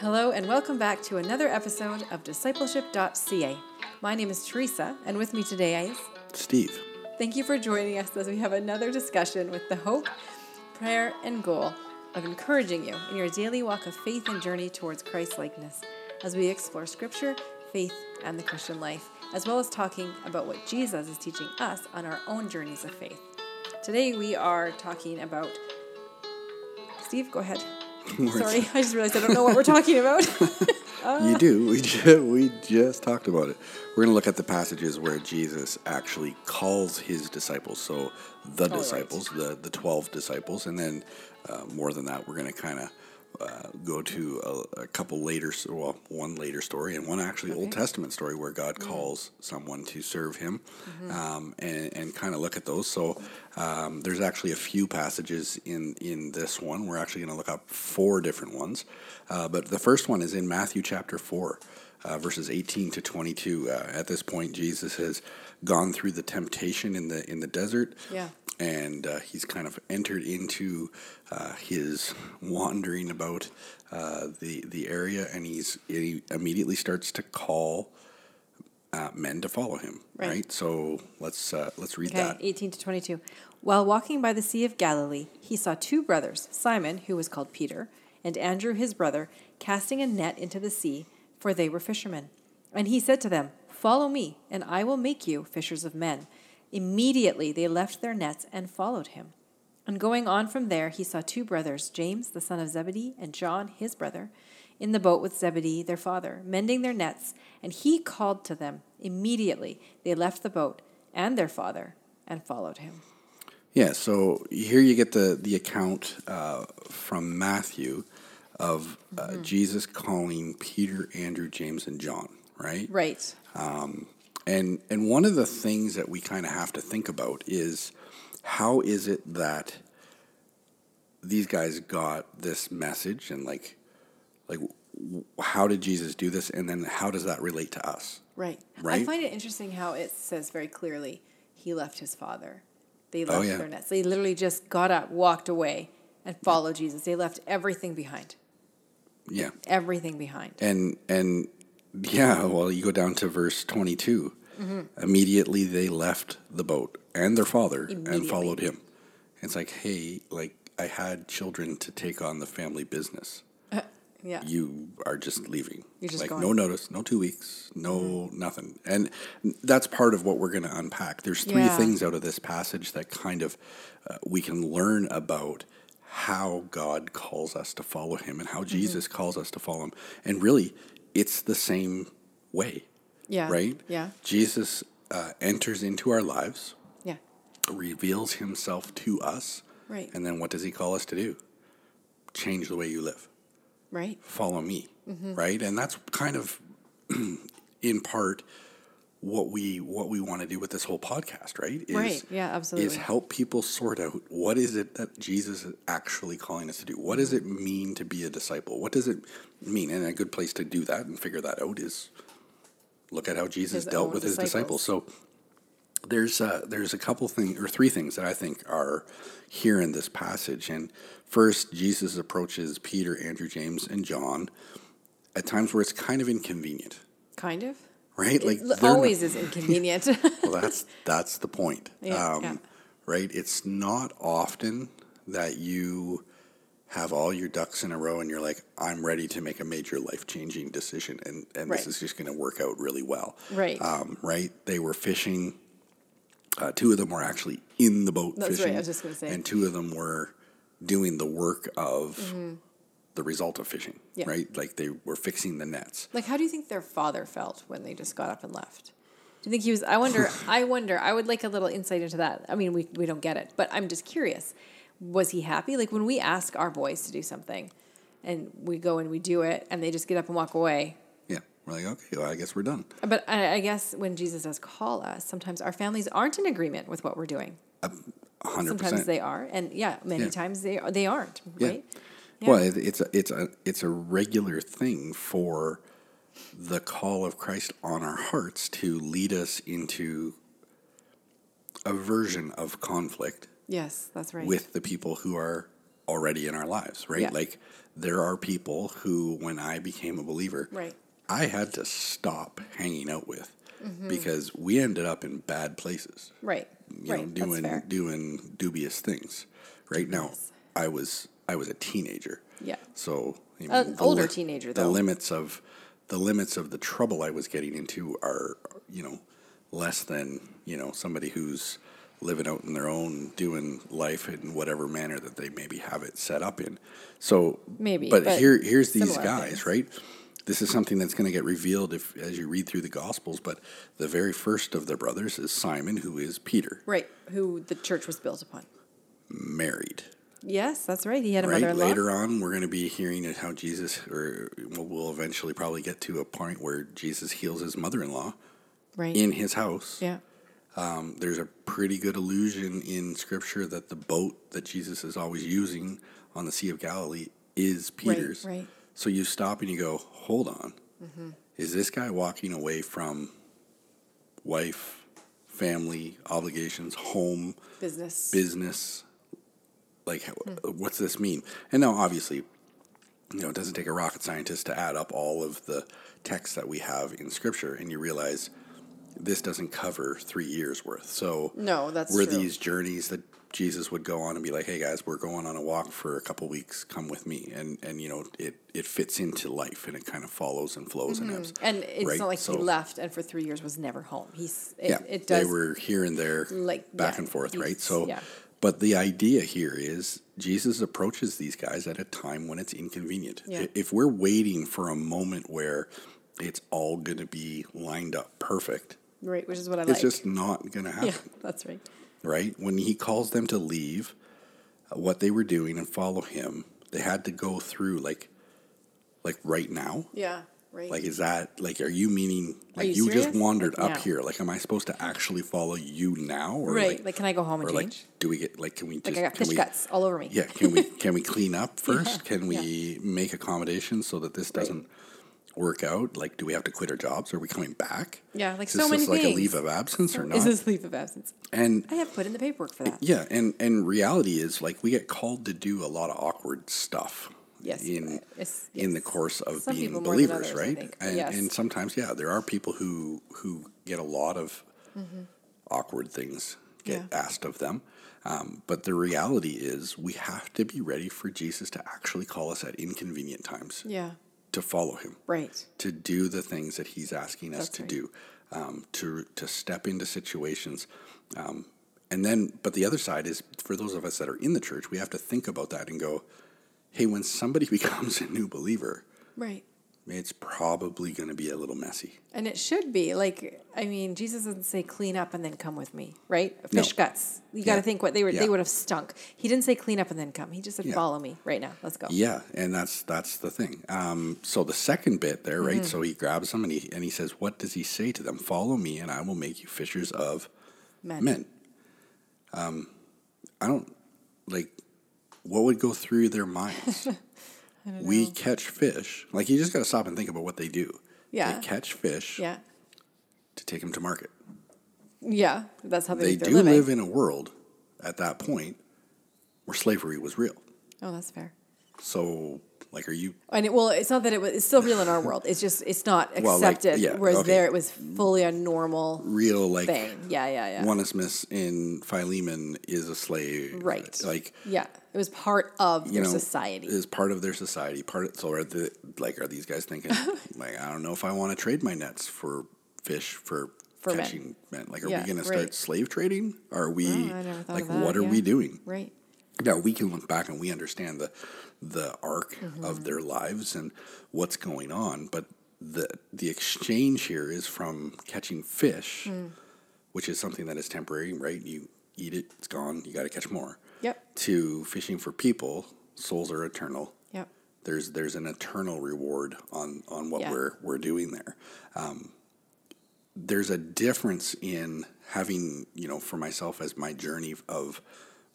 Hello, and welcome back to another episode of discipleship.ca. My name is Teresa, and with me today is Steve. Thank you for joining us as we have another discussion with the hope, prayer, and goal of encouraging you in your daily walk of faith and journey towards Christ likeness as we explore scripture, faith, and the Christian life, as well as talking about what Jesus is teaching us on our own journeys of faith. Today we are talking about. Steve, go ahead. We're- Sorry, I just realized I don't know what we're talking about. You do. We just, we just talked about it. We're going to look at the passages where Jesus actually calls his disciples. So the right. disciples, the, the 12 disciples. And then uh, more than that, we're going to kind of uh, go to a, a couple later, s- well, one later story and one actually Old Testament story where God calls someone to serve him um, and, and kind of look at those. So um, there's actually a few passages in, in this one. We're actually going to look up four different ones. Uh, but the first one is in Matthew chapter 4, uh, verses 18 to 22. Uh, at this point, Jesus has gone through the temptation in the, in the desert Yeah. and uh, he's kind of entered into uh, his wandering about uh, the the area, and he's he immediately starts to call uh, men to follow him. Right. Right. So let's uh, let's read Okay, that. 18 to 22. While walking by the Sea of Galilee, he saw two brothers, Simon, who was called Peter, and Andrew, his brother, casting a net into the sea, for they were fishermen. And he said to them, Follow me, and I will make you fishers of men. Immediately they left their nets and followed him. And going on from there, he saw two brothers, James, the son of Zebedee, and John, his brother, in the boat with Zebedee, their father, mending their nets. And he called to them. Immediately they left the boat and their father and followed him. Yeah, so here you get the the account uh, from Matthew of uh, Jesus calling Peter, Andrew, James, and John. Right. Right. And and one of the things that we kind of have to think about is how is it that these guys got this message and like like w- how did Jesus do this and then how does that relate to us? Right. I Right? find it interesting how it says very clearly he left his father. They left Oh, yeah. their nets. They literally just got up, walked away, and followed Jesus. They left everything behind. Yeah. Everything behind. And and yeah, well, you go down to verse 22. Immediately they left the boat and their father and Immediately. followed him. It's like, "Hey, like I had children to take on the family business." Yeah. you are just leaving. You're just like gone. Mm-hmm. no notice, no two weeks, no nothing. And that's part of what we're going to unpack. There's three Yeah. things out of this passage that kind of uh, we can learn about how God calls us to follow him and Mm-hmm. how Jesus calls us to follow him. And really, it's the same way. Yeah. Right? Yeah. Jesus uh, enters into our lives, Yeah. reveals himself to us. Right. And then what does he call us to do? Change the way you live Right. follow me Mm-hmm. right and that's kind of in part what we what we want to do with this whole podcast right is, Right. Yeah, is absolutely. help people sort out what is it that jesus is actually calling us to do what does it mean to be a disciple what does it mean and a good place to do that and figure that out is look at how His jesus dealt own with his disciples. disciples so there's a, there's a couple things or three things that I think are here in this passage. And first, Jesus approaches Peter, Andrew, James, and John at times where it's kind of inconvenient, Kind of. It right? l- they're not- always is inconvenient. well, that's that's the point. Yeah, um, yeah. Right? It's not often that you have all your ducks in a row and you're like, I'm ready to make a major life changing decision, and and Right. this is just going to work out really well. Right. Um, right. They were fishing. Uh, two of them were actually in the boat That's right, fishing. I was just gonna say. And two of them were doing the work of the result of fishing. Mm-hmm. Yeah. Right. Like they were fixing the nets. like, how do you think their father felt when they just got up and left? Do you think he was? I wonder. I wonder. I would like a little insight into that. I mean, we we don't get it, but I'm just curious. Was he happy? Like when we ask our boys to do something, and we go and we do it, and they just get up and walk away. Yeah. We're like, okay, well, I guess we're done. But I, I guess when Jesus does call us, sometimes our families aren't in agreement with what we're doing. hundred percent. Sometimes they are, and yeah, many Yeah. times they they aren't. Yeah. Right? Well, it, it's a, it's a it's a regular thing for the call of Christ on our hearts to lead us into a version of conflict Yes, that's right. with the people who are already in our lives, right? Yeah. Like there are people who, when I became a believer, Right. I had to stop hanging out with Mm-hmm. because we ended up in bad places Right. you right. know That's doing fair. doing dubious things right now i was i was a teenager Yeah. so I mean, An older li- teenager, the though. limits of the limits of the trouble i was getting into are you know less than you know somebody who's living out in their own doing life in whatever manner that they maybe have it set up in so Maybe, but, but here here's these similar guys things. right this is something that's going to get revealed if as you read through the gospels but the very first of the brothers is simon who is peter Right. Who the church was built upon. married. Yes, that's right. He had a Right mother-in-law. later on, we're going to be hearing of how Jesus, or we'll- we'll eventually probably get to a point where Jesus heals his mother-in-law Right. in his house. yeah. Um, there's a pretty good allusion in Scripture that the boat that Jesus is always using on the Sea of Galilee is Peter's. right. Mm-hmm. So you stop and you go, hold on, is this guy walking away from wife, family obligations, home? Business. business like how, Hmm. what's this mean and now obviously you know it doesn't take a rocket scientist to add up all of the texts that we have in scripture and you realize this doesn't cover three years worth so No, that's were true. these journeys that jesus would go on and be like hey guys we're going on a walk for a couple weeks come with me and and you know it it fits into life and it kind of follows and flows Mm-hmm. and ebbs and it's right? not like So- he left and for three years was never home. He's it, yeah, it they does were here and there, like, back yeah, and forth, right? he's- So, yeah. but the idea here is Jesus approaches these guys at a time when it's inconvenient. Yeah. I- If we're waiting for a moment where it's all going to be lined up perfect, right, which is what I it's like. just not going to happen, yeah, that's right. right? When he calls them to leave uh, what they were doing and follow him, they had to go through like, like right now. Yeah, right. Like, is that like, are you meaning like you you, just serious? wandered Like, up now. here? Like, am I supposed to actually follow you now? Or right. Like, Like, can I go home and or like, change? do we get like, can we just Like, I got can fish we, guts all over me. Yeah, can we can we clean up first? can we yeah. make accommodations so that this doesn't work out? Like, do we have to quit our jobs? Are we coming back? Yeah, like Is so this many just like a things. leave of absence or not? Is this leave of absence? and I have put in the paperwork for that. yeah, and and reality is like we get called to do a lot of awkward stuff. Yes, uh, In it's- in the yes. course of Some people more being than believers, others, I right? think. And, Yes. and sometimes, yeah, there are people who who get a lot of awkward things get Mm-hmm. Yeah. asked of them. Um, but the reality is, we have to be ready for Jesus to actually call us at inconvenient times Yeah. to follow Him Right. to do the things that he's asking That's us to right. do, um, to to step into situations, um, and then. But the other side is for those of us that are in the church, we have to think about that and go, "Hey, when somebody becomes a new believer, Right. it's probably going to be a little messy." And it should be like I mean Jesus doesn't say clean up and then come with me, right? No. Fish guts. You got to Yeah. think what they were. Yeah. They would have stunk. He didn't say clean up and then come. He just said Yeah. follow me right now. Let's go. Yeah, and that's that's the thing. Um, so the second bit there, Mm-hmm. right? So he grabs them and he and he says, "What does he say to them? Follow me, and I will make you fishers of." Men. men. Um, I don't like what would go through their minds. we catch fish. Like you just got to stop and think about what they do. Yeah. they catch fish Yeah. to take them to market. Yeah. That's how they, They make their do living. live in a world at that point where slavery was real. Oh, that's fair. So, like, are you And it, well, it's not that it was. It's still real in our world. It's just it's not Well, like, accepted. yeah, whereas okay. there it was fully a normal real? Like, thing. Yeah, yeah, yeah. Onesimus in Philemon is a slave, right. Like, yeah, it was part of you their know, society. is part of their society. Part of, so are the like are these guys thinking like I don't know if I want to trade my nets for fish for, For men. catching men. Like are Yeah, we going to start right. slave trading? Are we Oh, I never thought like of that, what are we yeah. doing? right. Now we can look back and we understand the the arc Mm-hmm. of their lives and what's going on, but the the exchange here is from catching fish, Mm. which is something that is temporary, right? You eat it, it's gone. You got to catch more Yep. to fishing for people, souls are eternal. Yep. There's there's an eternal reward on on what Yeah. we're we're doing there. Um, there's a difference in having you know for myself as my journey of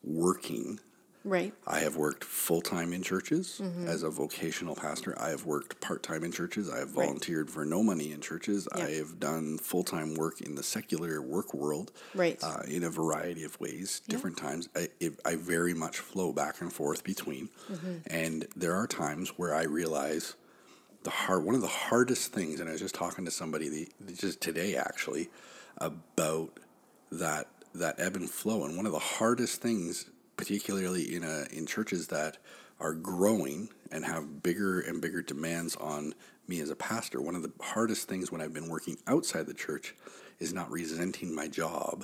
working Right. I have worked full time in churches Mm-hmm. as a vocational pastor. I have worked part time in churches. I have Right. volunteered for no money in churches. Yeah. I have done full time work in the secular work world Right. uh, in a variety of ways, different times. I, it, I very much flow back and forth between. Mm-hmm. And there are times where I realize the hard one of the hardest things and i was just talking to somebody the, just today actually about that that ebb and flow and one of the hardest things particularly in a, in churches that are growing and have bigger and bigger demands on me as a pastor one of the hardest things when i've been working outside the church is not resenting my job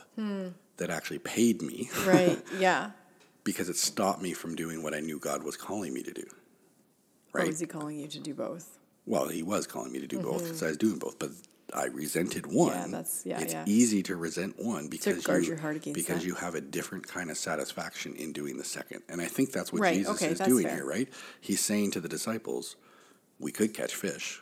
that actually paid me Right. Yeah. because it stopped me from doing what i knew god was calling me to do Or Right. is he calling you to do both? Well, he was calling me to do both because I was doing both, but I resented one. that's- Mm-hmm. yeah, It's yeah. easy to resent one because guard you, your heart against because that. you have a different kind of satisfaction in doing the second, and I think that's what Right, Jesus okay, is that's doing fair. here. Right? He's saying to the disciples, "We could catch fish,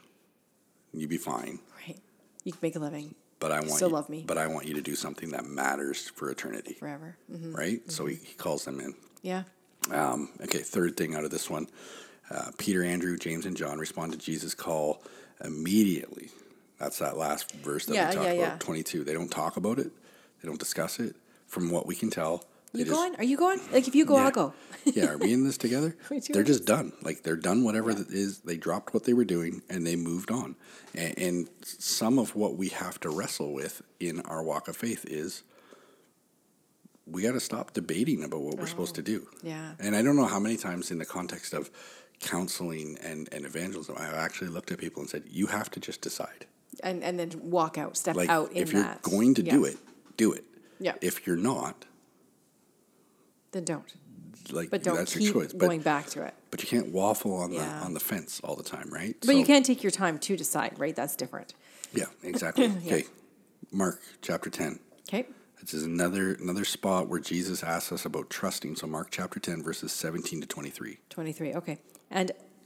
you'd be fine, Right. You can make a living but I want Still you, love me. but I want you to do something that matters for eternity." forever. Mm, Right? So he, he calls them in. Yeah. Um, okay, third thing out of this one uh, Peter, Andrew, James, and John respond to Jesus' call immediately. That's that last verse that Yeah, we talked yeah, about, yeah. 22. They don't talk about it, they don't discuss it. From what we can tell, they You just- going? Are you going? Like, if you go, Yeah. I'll go. yeah, are we in this together? We do they're it. just done. Like they're done whatever that is. They dropped what they were doing and they moved on. And, and some of what we have to wrestle with in our walk of faith is we got to stop debating about what we're supposed to do. Oh, yeah. And I don't know how many times in the context of counseling and, and evangelism, I've actually looked at people and said, you have to just decide. And and then walk out, step Like out in if you're that. going to Yeah. do it, do it. Yeah. If you're not, Then don't. like But don't that's keep your choice. But going back to it. But you can't waffle on Yeah. the on the fence all the time, right? But you can take your time to decide, right? That's different. Yeah, exactly. Okay, Mark chapter ten. Okay. This is another another spot where Jesus asks us about trusting. So Mark chapter ten verses seventeen to twenty three. 23. Okay. And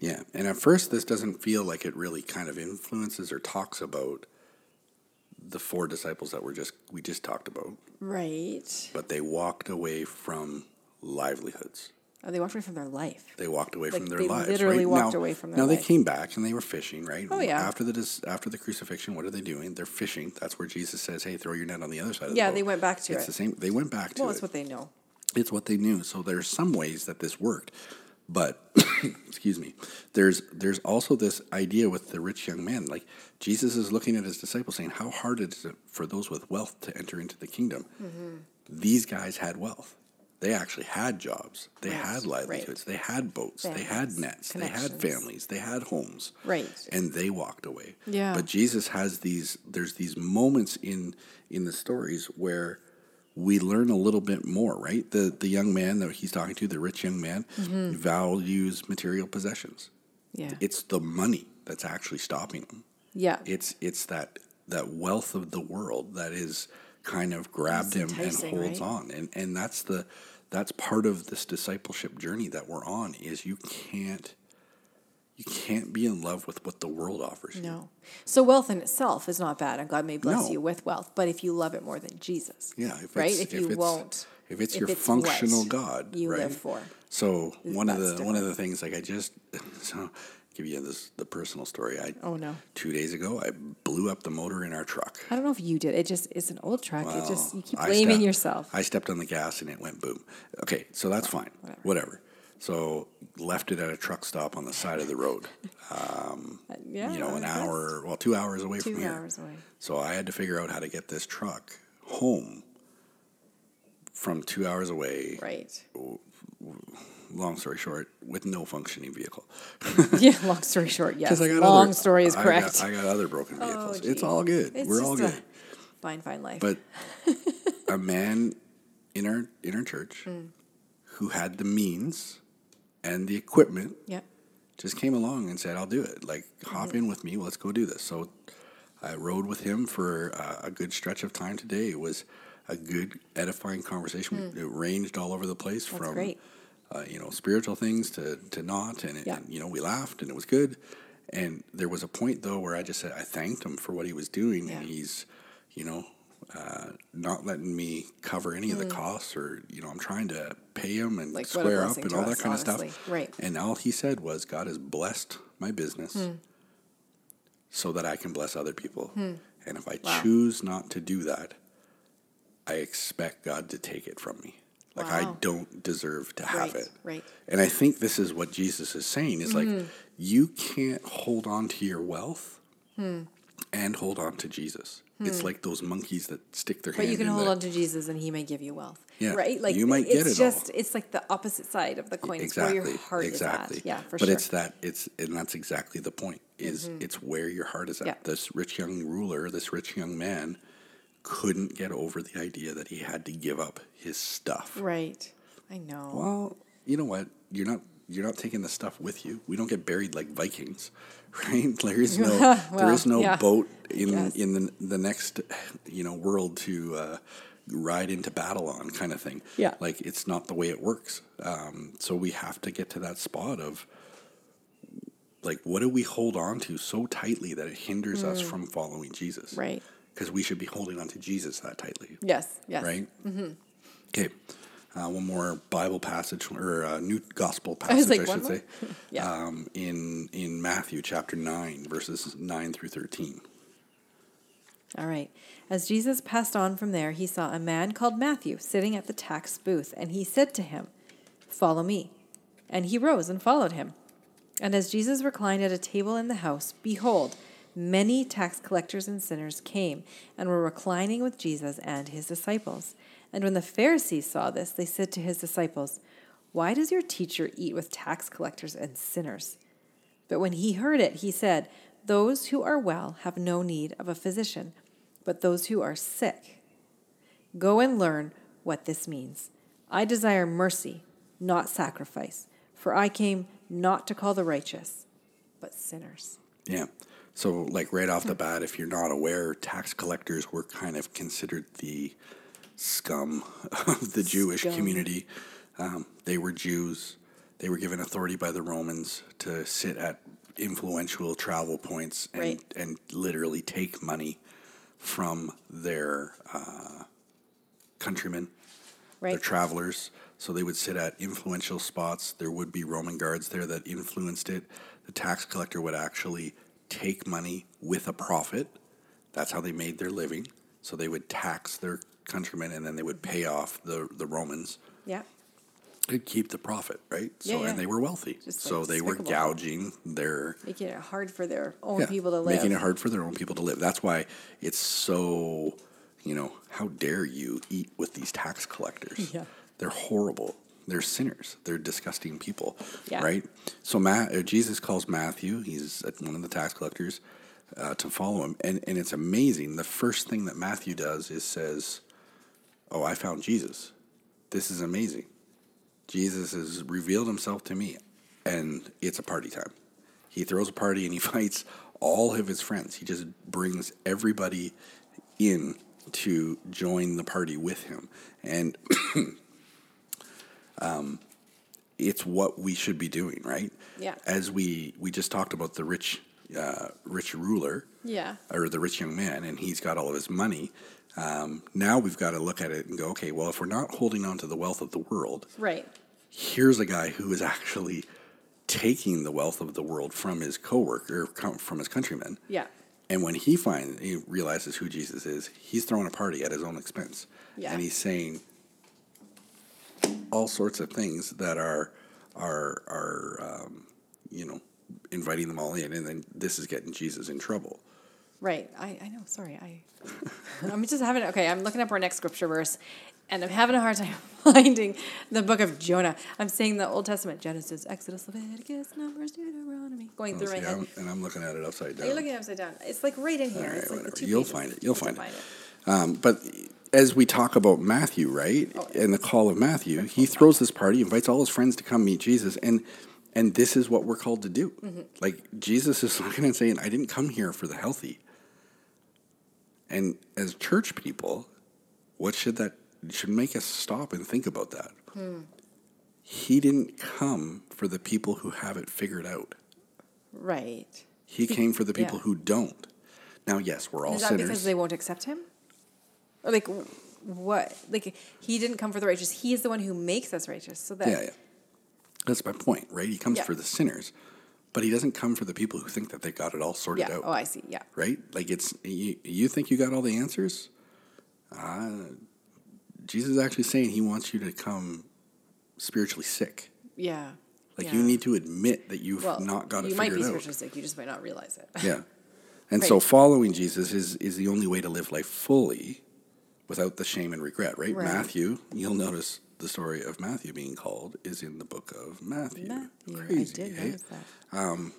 Yeah, and at first this doesn't feel like it really kind of influences or talks about the four disciples that were just we just talked about, Right. but they walked away from livelihoods. Oh, they walked away from their life. They walked away Like, from their they lives. literally right? walked Now- away from their Now they life. came back and they were fishing, right? Oh, yeah. After the dis- after the crucifixion, what are they doing? They're fishing. That's where Jesus says, "Hey, throw your net on the other side of the Yeah, boat." they went back to it's it. the same. They went back to Well, it. that's what they know. it's what they knew. So there's some ways that this worked, but excuse me. There's there's also this idea with the rich young man. Like Jesus is looking at his disciples, saying, "How hard is it for those with wealth to enter into the kingdom?" Mm-hmm. These guys had wealth. They actually had jobs. They had livelihoods. They had boats. They had Families, nets. They had connections. families. They had homes. Right. And they walked away. Yeah. But Jesus has these there's these moments in in the stories where we learn a little bit more, right? The the young man that he's talking to, the rich young man, values material possessions. Yeah. It's the money that's actually stopping him. yeah. It's it's that that wealth of the world that is kind of grabbed him and enticing, holds right? on. And and that's the that's part of this discipleship journey that we're on is you can't you can't be in love with what the world offers you. No. So wealth in itself is not bad, and God may bless No. you with wealth. But if you love it more than Jesus, Yeah, if right? it's- if, if you it's- won't, if it's your what functional God, you right? live for, So one of the That's one of the things like I just so give you this the personal story. I Oh, no. Two days ago, I blew up the motor in our truck. I don't know if you did. It just it's an old truck. it just you Well, keep Oh, I blaming stepped- yourself. I stepped on the gas and it went boom. Okay, so that's fine. Whatever. Whatever. So left it at a truck stop on the side of the road. Uh, yeah, you know, an that's- hour, well, two hours away Two from here. hours away. So I had to figure out how to get this truck home from two hours away. Right. Long story short, with no functioning vehicle. yeah. Long story short, yes. 'Cause Oh. I got Long other- story is I got- correct. Oh, I got, other broken vehicles. it's gee. all good. It's We're all just good. a fine, fine life. But a man in our in our church who had the means and the equipment yep. just came along and said, "I'll do it. Like, Mm-hmm. hop in with me. Let's go do this." So I rode with him for uh, a good stretch of time today. It was a good edifying conversation. It ranged all over the place from Mm. great. Uh, you know spiritual things to to not, and, it, Yeah. and you know we laughed and it was good. And there was a point though where I just said I thanked him for what he was doing, and Yeah. he's you know. Uh, not letting me cover any of Mm. the costs, or you know, I'm trying to pay him and Like, what a square up blessing and to all us, that kind honestly. of stuff. Right. Hmm. And all he said was, God has blessed my business so that I can bless other people. And if I Hmm. Wow. choose not to do that, I expect God to take it from me. Like I Wow. don't deserve to have Right, it. right. Mm-hmm. And I think this is what Jesus is saying is like you can't hold on to your wealth Hmm. and hold on to Jesus. It's like those monkeys that stick their But hand you can in hold the, on to Jesus, and He may give you wealth. Yeah, Right. Like you might get it's it all. just it's like the opposite side of the coin. It's where your heart is at. Yeah, for but sure. Mm-hmm. it's that it's and that's exactly the point is it's where your heart is at. Yeah. This rich young ruler, this rich young man, couldn't get over the idea that he had to give up his stuff. right. I know. Well, you know what? You're not you're not taking the stuff with you. We don't get buried like Vikings, right? There is no there is Well, no yeah. boat in Yes. in the, the next you know world to uh, ride into battle on kind of thing. Yeah. like it's not the way it works. Um, so we have to get to that spot of like what do we hold on to so tightly that it hinders us from following Jesus? Mm. Right. Because we should be holding on to Jesus that tightly yes. Yes. Mm-hmm. right? Okay, uh, one more Bible passage or uh, New Gospel I was passage, I, like, one should more? say, Yeah. um, in in Matthew chapter nine, verses nine through thirteen. All right. As Jesus passed on from there, he saw a man called Matthew sitting at the tax booth, and he said to him, Follow me. And he rose and followed him. And as Jesus reclined at a table in the house, behold, many tax collectors and sinners came and were reclining with Jesus and his disciples. And when the Pharisees saw this, they said to his disciples, Why does your teacher eat with tax collectors and sinners? But when he heard it, he said, Those who are well have no need of a physician, but those who are sick. Go and learn what this means. I desire mercy, not sacrifice, for I came not to call the righteous, but sinners. Yeah. So, like right off the bat, if you're not aware, tax collectors were kind of considered the scum of the Jewish Scum. community. Um, they were Jews. They were given authority by the Romans to sit at influential travel points and, Right. and literally take money from their uh, countrymen Right? they're travelers, so they would sit at influential spots. There would be Roman guards there that influenced it. The tax collector would actually take money with a profit. That's how they made their living. So they would tax their countrymen and then they would pay off the, the Romans yeah. and keep the profit, right? Yeah, so yeah. and they were wealthy. Just, so like, they were despicable. gouging their Making it hard for their own yeah, people to Making it live. hard for their own people to live. That's why it's so, you know, how dare you eat with these tax collectors? Yeah. They're horrible. They're sinners. They're disgusting people. Yeah. Right? So Ma- uh, Jesus calls Matthew, he's uh, one of the tax collectors, uh, to follow him. And, and it's amazing. The first thing that Matthew does is says, Oh, I found Jesus. This is amazing. Jesus has revealed himself to me, and it's a party time. He throws a party and he fights all of his friends. He just brings everybody in to join the party with him. And um, it's what we should be doing, right? Yeah. As we we just talked about the rich uh, rich ruler, Yeah. or the rich young man, and he's got all of his money. Um, now we've got to look at it and go, okay, well, if we're not holding on to the wealth of the world, Right. here's a guy who is actually taking the wealth of the world from his coworker, com- from his countrymen. Yeah. And when he finds, he realizes who Jesus is, he's throwing a party at his own expense. Yeah. And he's saying all sorts of things that are, are, are um, you know, inviting them all in. And then this is getting Jesus in trouble. Right. I, I know. Sorry. I I'm just having okay. I'm looking up our next scripture verse, and I'm having a hard time finding the book of Jonah. I'm saying the Old Testament: Genesis, Exodus, Leviticus, Numbers, Deuteronomy. Going through my Oh, See, head. I'm- and I'm looking at it upside down. Are you looking upside down? It's like right in here. All right, it's like the whatever. two You'll pages. find it. You'll find find it. Um, but as we talk about Matthew, right, and the call of Matthew, he throws this party, invites all his friends to come meet Jesus, and and this is what we're called to do. Mm-hmm. Like Jesus is looking and saying, "I didn't come here for the healthy." And as church people, what should that should make us stop and think about that? Hmm. He didn't come for the people who have it figured out. Right. He came for the people yeah. who don't. Now, yes, we're all Is that sinners. because they won't accept him? Or like w- what? Like he didn't come for the righteous. He is the one who makes us righteous. So that Yeah, yeah. That's my point, right? He comes Yeah. for the sinners, but he doesn't come for the people who think that they got it all sorted Yeah. out, Oh, I see. Yeah. right? Like it's you, you think you got all the answers. Uh, Jesus is actually saying he wants you to come spiritually sick. Yeah. Like yeah. you need to admit that you've Well, not got it you might be figured out. spiritually sick. You just might not realize it. Yeah. And so Right. following Jesus is, is the only way to live life fully without the shame and regret, right? Right. Matthew, you'll notice the story of Matthew being called is in the book of Matthew. Matthew, Crazy. I did eh? notice that.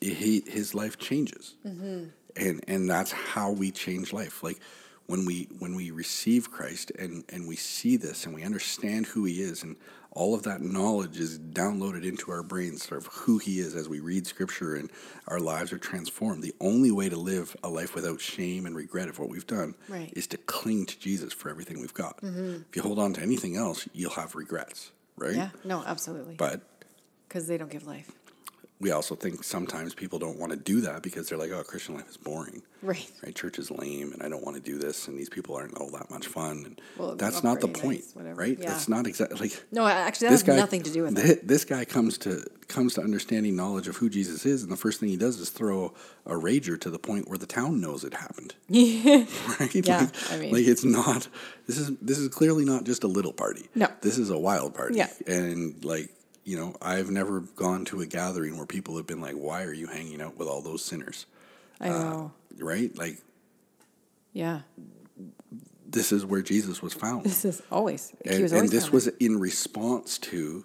he his life changes Mm-hmm. and and that's how we change life like when we when we receive christ and and we see this and we understand who he is and all of that knowledge is downloaded into our brains sort of who he is as we read scripture and our lives are transformed the only way to live a life without shame and regret of what we've done Right. Mm-hmm. is to cling to jesus for everything we've got if you hold on to anything else you'll have regrets right Yeah. No, absolutely. but Because they don't give life. we also think sometimes people don't want to do that because they're like, oh, Christian life is boring. Right. Right? Church is lame and I don't want to do this and these people aren't all that much fun. And Well, that's not not the very point, nice, whatever. right? Yeah. That's not exactly like No, I- actually, that this has guy, nothing to do with it. thi- This guy comes to comes to understanding knowledge of who Jesus is, and the first thing he does is throw a rager to the point where the town knows it happened. right? Yeah, like, I mean- like it's not. This is this is clearly not just a little party. No. this is a wild party. Yeah. and like you know, I've never gone to a gathering where people have been like, "Why are you hanging out with all those sinners?" Uh, I know. Right? Like yeah. this is where Jesus was found. This is always. he and, was and always this found was in response to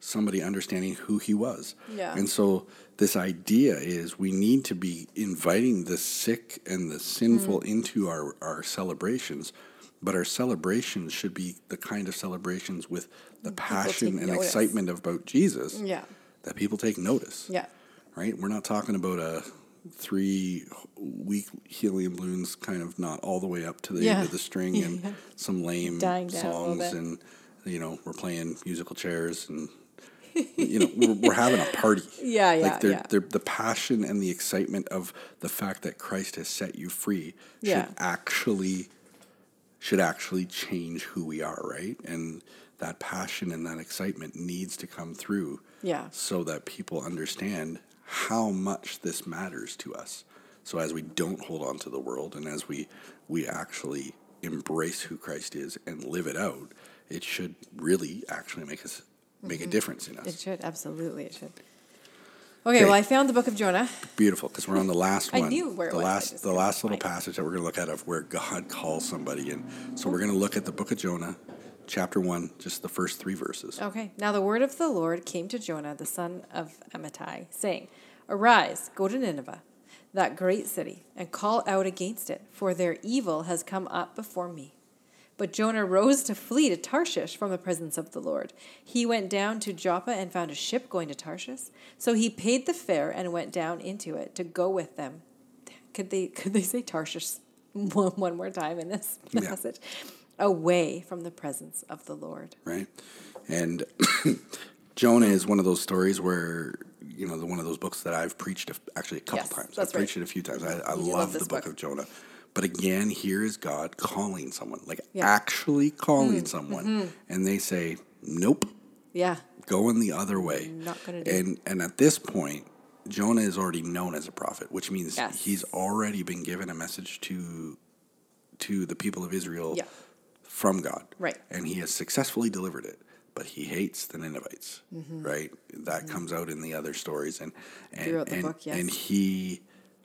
somebody understanding who he was. Yeah. And so this idea is we need to be inviting the sick and the sinful Mm. into our, our celebrations, but our celebrations should be the kind of celebrations with the passion take and notice. excitement about Jesus Yeah. that people take notice Yeah. right? We're not talking about a three week helium balloons kind of not all the way up to the end Yeah. of the string and some lame Dying down a little bit. songs and you know we're playing musical chairs and you know we're, we're having a party Yeah, yeah, like they're, yeah. they're, the passion and the excitement of the fact that christ has set you free should Yeah. actually should actually change who we are right and that passion and that excitement needs to come through Yeah. so that people understand how much this matters to us. So as we don't hold on to the world and as we we actually embrace who Christ is and live it out, it should really actually make us make a difference in us. Mm-hmm. It should. Absolutely, it should. Okay, Okay. well, I found the book of Jonah. Beautiful because we're on the last I one. knew where it the was, I last just the couldn't last little find passage that we're going to look at of where God calls somebody and so we're going to look at the book of Jonah, chapter 1, just the first 3 verses. Okay. Now the word of the Lord came to Jonah, the son of Amittai, saying, Arise, go to Nineveh, that great city, and call out against it, for their evil has come up before me. But Jonah rose to flee to Tarshish from the presence of the Lord. He went down to Joppa and found a ship going to Tarshish. So he paid the fare and went down into it to go with them. Could they could they say Tarshish one, one more time in this Yeah. passage? Away from the presence of the Lord. right? And Jonah is one of those stories where you know the one of those books that I've preached a, actually a couple Yes, times. that's I've preached right. it a few times. I, I You do love, love the this book, book. of Jonah, but again, here is God calling someone, like Yeah. Mm. Mm-hmm. actually calling someone, and they say, "Nope, Yeah. going the other way. Not gonna do it. And and at this point, Jonah is already known as a prophet, which means Yes. he's already been given a message to to the people of Israel Yeah. from God. Right. And he has successfully delivered it. But he hates the Ninevites, Mm-hmm. right? That comes out in the other stories, and and Throughout the and, book, yes. and he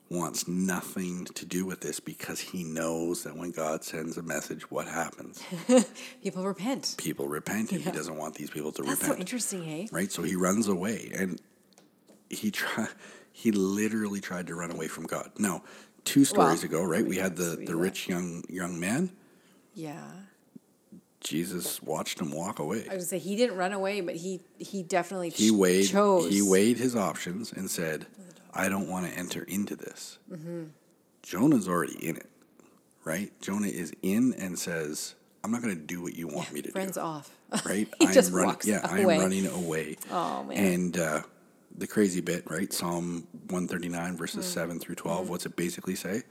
wants nothing to do with this because he knows that when God sends a message, what happens? People repent. People repent, and Yeah. he doesn't want these people to That's so repent interesting, hey? right? So he runs away, and he try, he literally tried to run away from God. Now, two stories Well, ago, right? We had yes, the we the did. rich young young man. Yeah. Jesus watched him walk away. I would say he didn't run away, but he he definitely He ch- weighed chose. he weighed his options and said, "I don't want to enter into this." Mm-hmm. Jonah's already in it, right? Jonah is in and says, "I'm not going to do what you want me to Friends do." off. right? He just running, walks yeah, I am away. running away. Oh, man. And uh, the crazy bit, right? Psalm one thirty nine Mm. verses seven through twelve. What's it basically say?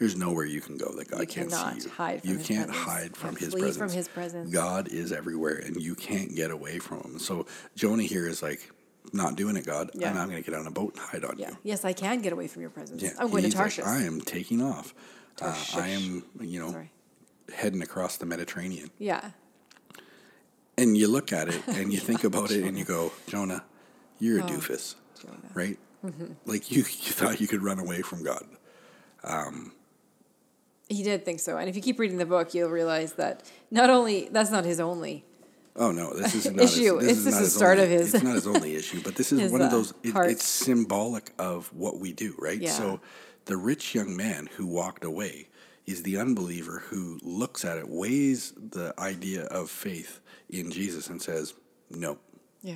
There's nowhere you can go that God Mm-hmm. You can't cannot see you. hide from you his can't presence. hide from Can't his flee from presence. his presence. God is everywhere, and you can't get away from him. So Jonah here is like, not doing it, God. Yeah. And I'm going to get on a boat and hide on Yeah. you. Yes, I can get away from your presence. Oh, Yeah, I'm going to he's like, Tarshish. I am taking off. Uh, I Tarshish. am, you know, Sorry. heading across the Mediterranean Yeah. and you look at it and you think about it and you go, Jonah, you're a doofus, Oh, Jonah. Mm-hmm. right? Like you, you thought you could run away from God. He did think so. And if you keep reading the book, you'll realize that not only that's not his only Oh no, this is not Issue. His, It's this is just not the start only, of his- It's not his only issue, but this is his, one of uh, those. It, heart. it's symbolic of what we do, right? Yeah. So the rich young man who walked away is the unbeliever who looks at it, weighs the idea of faith in Jesus, and says, "No, Yeah.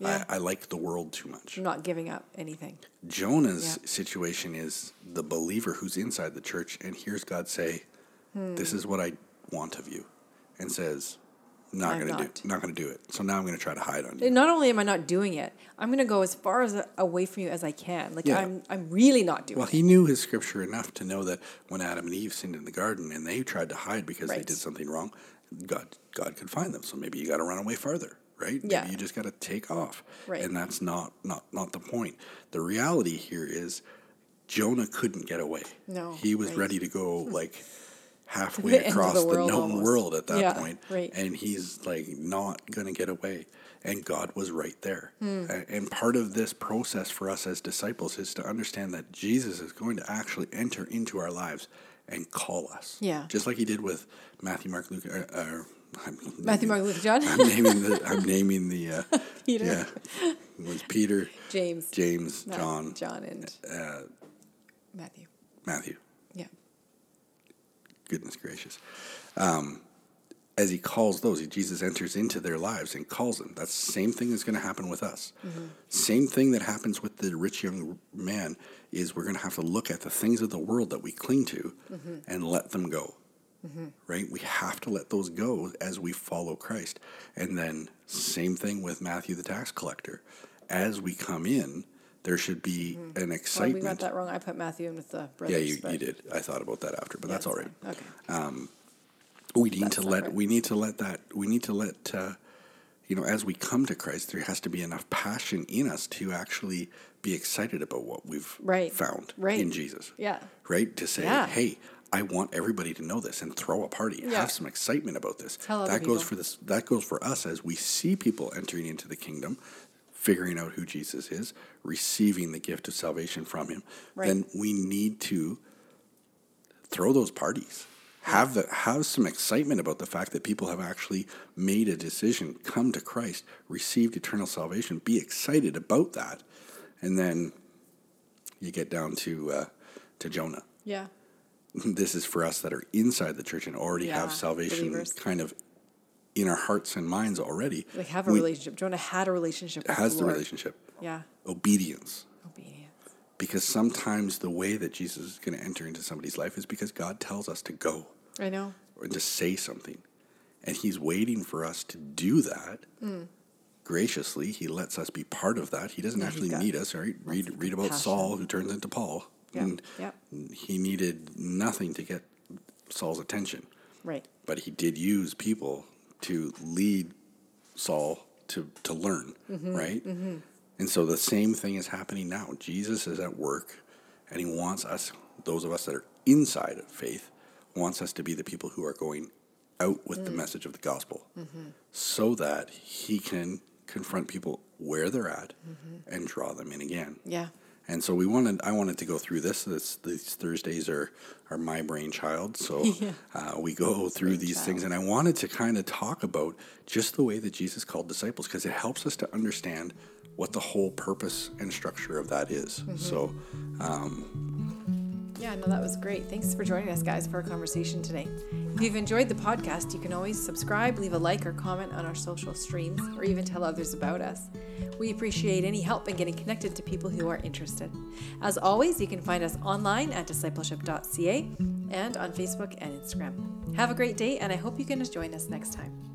Yeah. I, I like the world too much." not giving up anything. Jonah's Yeah. situation is the believer who's inside the church and hears God say, "This is what I want of you," and says, "Not I'm going to not. do, not going to do it." So now I'm going to try to hide on you. And not only am I not doing it, I'm going to go as far as away from you as I can. Like Yeah. I'm I'm really not doing Well, it. he knew his scripture enough to know that when Adam and Eve sinned in the garden and they tried to hide because they Right. did something wrong, God God could find them. So maybe you got to run away farther, right? Yeah. Maybe you just got to take off. Right. And that's not not not the point. The reality here is Jonah couldn't get away. No, He was right. ready to go like halfway end of the across the, world known almost. world at that Yeah, point, right. And he's like not going to get away. And God was right there. Hmm. A- And part of this process for us as disciples is to understand that Jesus is going to actually enter into our lives and call us. Yeah. Just like he did with Matthew, Mark, Luke, or, or I'm Matthew, naming- Mark, Luke, John. I'm naming the, I'm naming the uh, Peter. Yeah. It was Peter, James. James, Matt- John, uh, John and Matthew. Matthew. Yeah. goodness gracious. Um, as he calls those, he- Jesus enters into their lives and calls them. That's the same thing that's going to happen with us. Mm-hmm. Same thing that happens with the rich young man is we're going to have to look at the things of the world that we cling to Mm-hmm. and let them go. Right? We have to let those go as we follow Christ. And then, same thing with Matthew the tax collector. As we come in, there should be an Mm-hmm. Well, we excitement. got that wrong. I put Matthew in with the yeah, brothers. you, but- you did. I thought about that after, but Yeah, that's all right Uh, fine. Okay. we need to not let right. we need to let that we need to let uh, you know as we come to Christ there has to be enough passion in us to actually be excited about what we've Right. found Right. in Jesus Yeah. right to say Yeah. hey I want everybody to know this and throw a party Yeah. have some excitement about this Tell other that goes people. for this that goes for us as we see people entering into the kingdom figuring out who Jesus is receiving the gift of salvation from him Right. then we need to throw those parties. Have the have some excitement about the fact that people have actually made a decision, come to Christ, received eternal salvation. Be excited about that, and then you get down to uh, to Jonah. Yeah. This is for us that are inside the church and already Yeah, have salvation believers. kind of in our hearts and minds already. Like have a We- relationship. Jonah had a relationship with Has the Lord. relationship Yeah. obedience? Obedience. Because sometimes the way that Jesus is going to enter into somebody's life is because God tells us to go. I know. or to say something. And he's waiting for us to do that. Hmm. Graciously, he lets us be part of that. He doesn't Yeah, he's actually got need us, right? Read read about compassion. Saul who turns into Paul. Yeah, And yeah. he needed nothing to get Saul's attention. Right. But he did use people to lead Saul to to learn, right? And so the same thing is happening now. Jesus is at work, and he wants us, those of us that are inside of faith, wants us to be the people who are going out with the message of the gospel, so that he can confront people where they're at and draw them in again. Yeah. And so we wanted. I wanted to go through this. This these Thursdays are are my brainchild. So uh, we go through these things, and I wanted to kind of talk about just the way that Jesus called disciples because it helps us to understand what the whole purpose and structure of that is. So Yeah, no, that was great. Thanks for joining us, guys, for our conversation today. If you've enjoyed the podcast, you can always subscribe, leave a like, or comment on our social streams, or even tell others about us. We appreciate any help in getting connected to people who are interested. As always, you can find us online at discipleship.ca and on Facebook and Instagram. Have a great day, and I hope you can join us next time.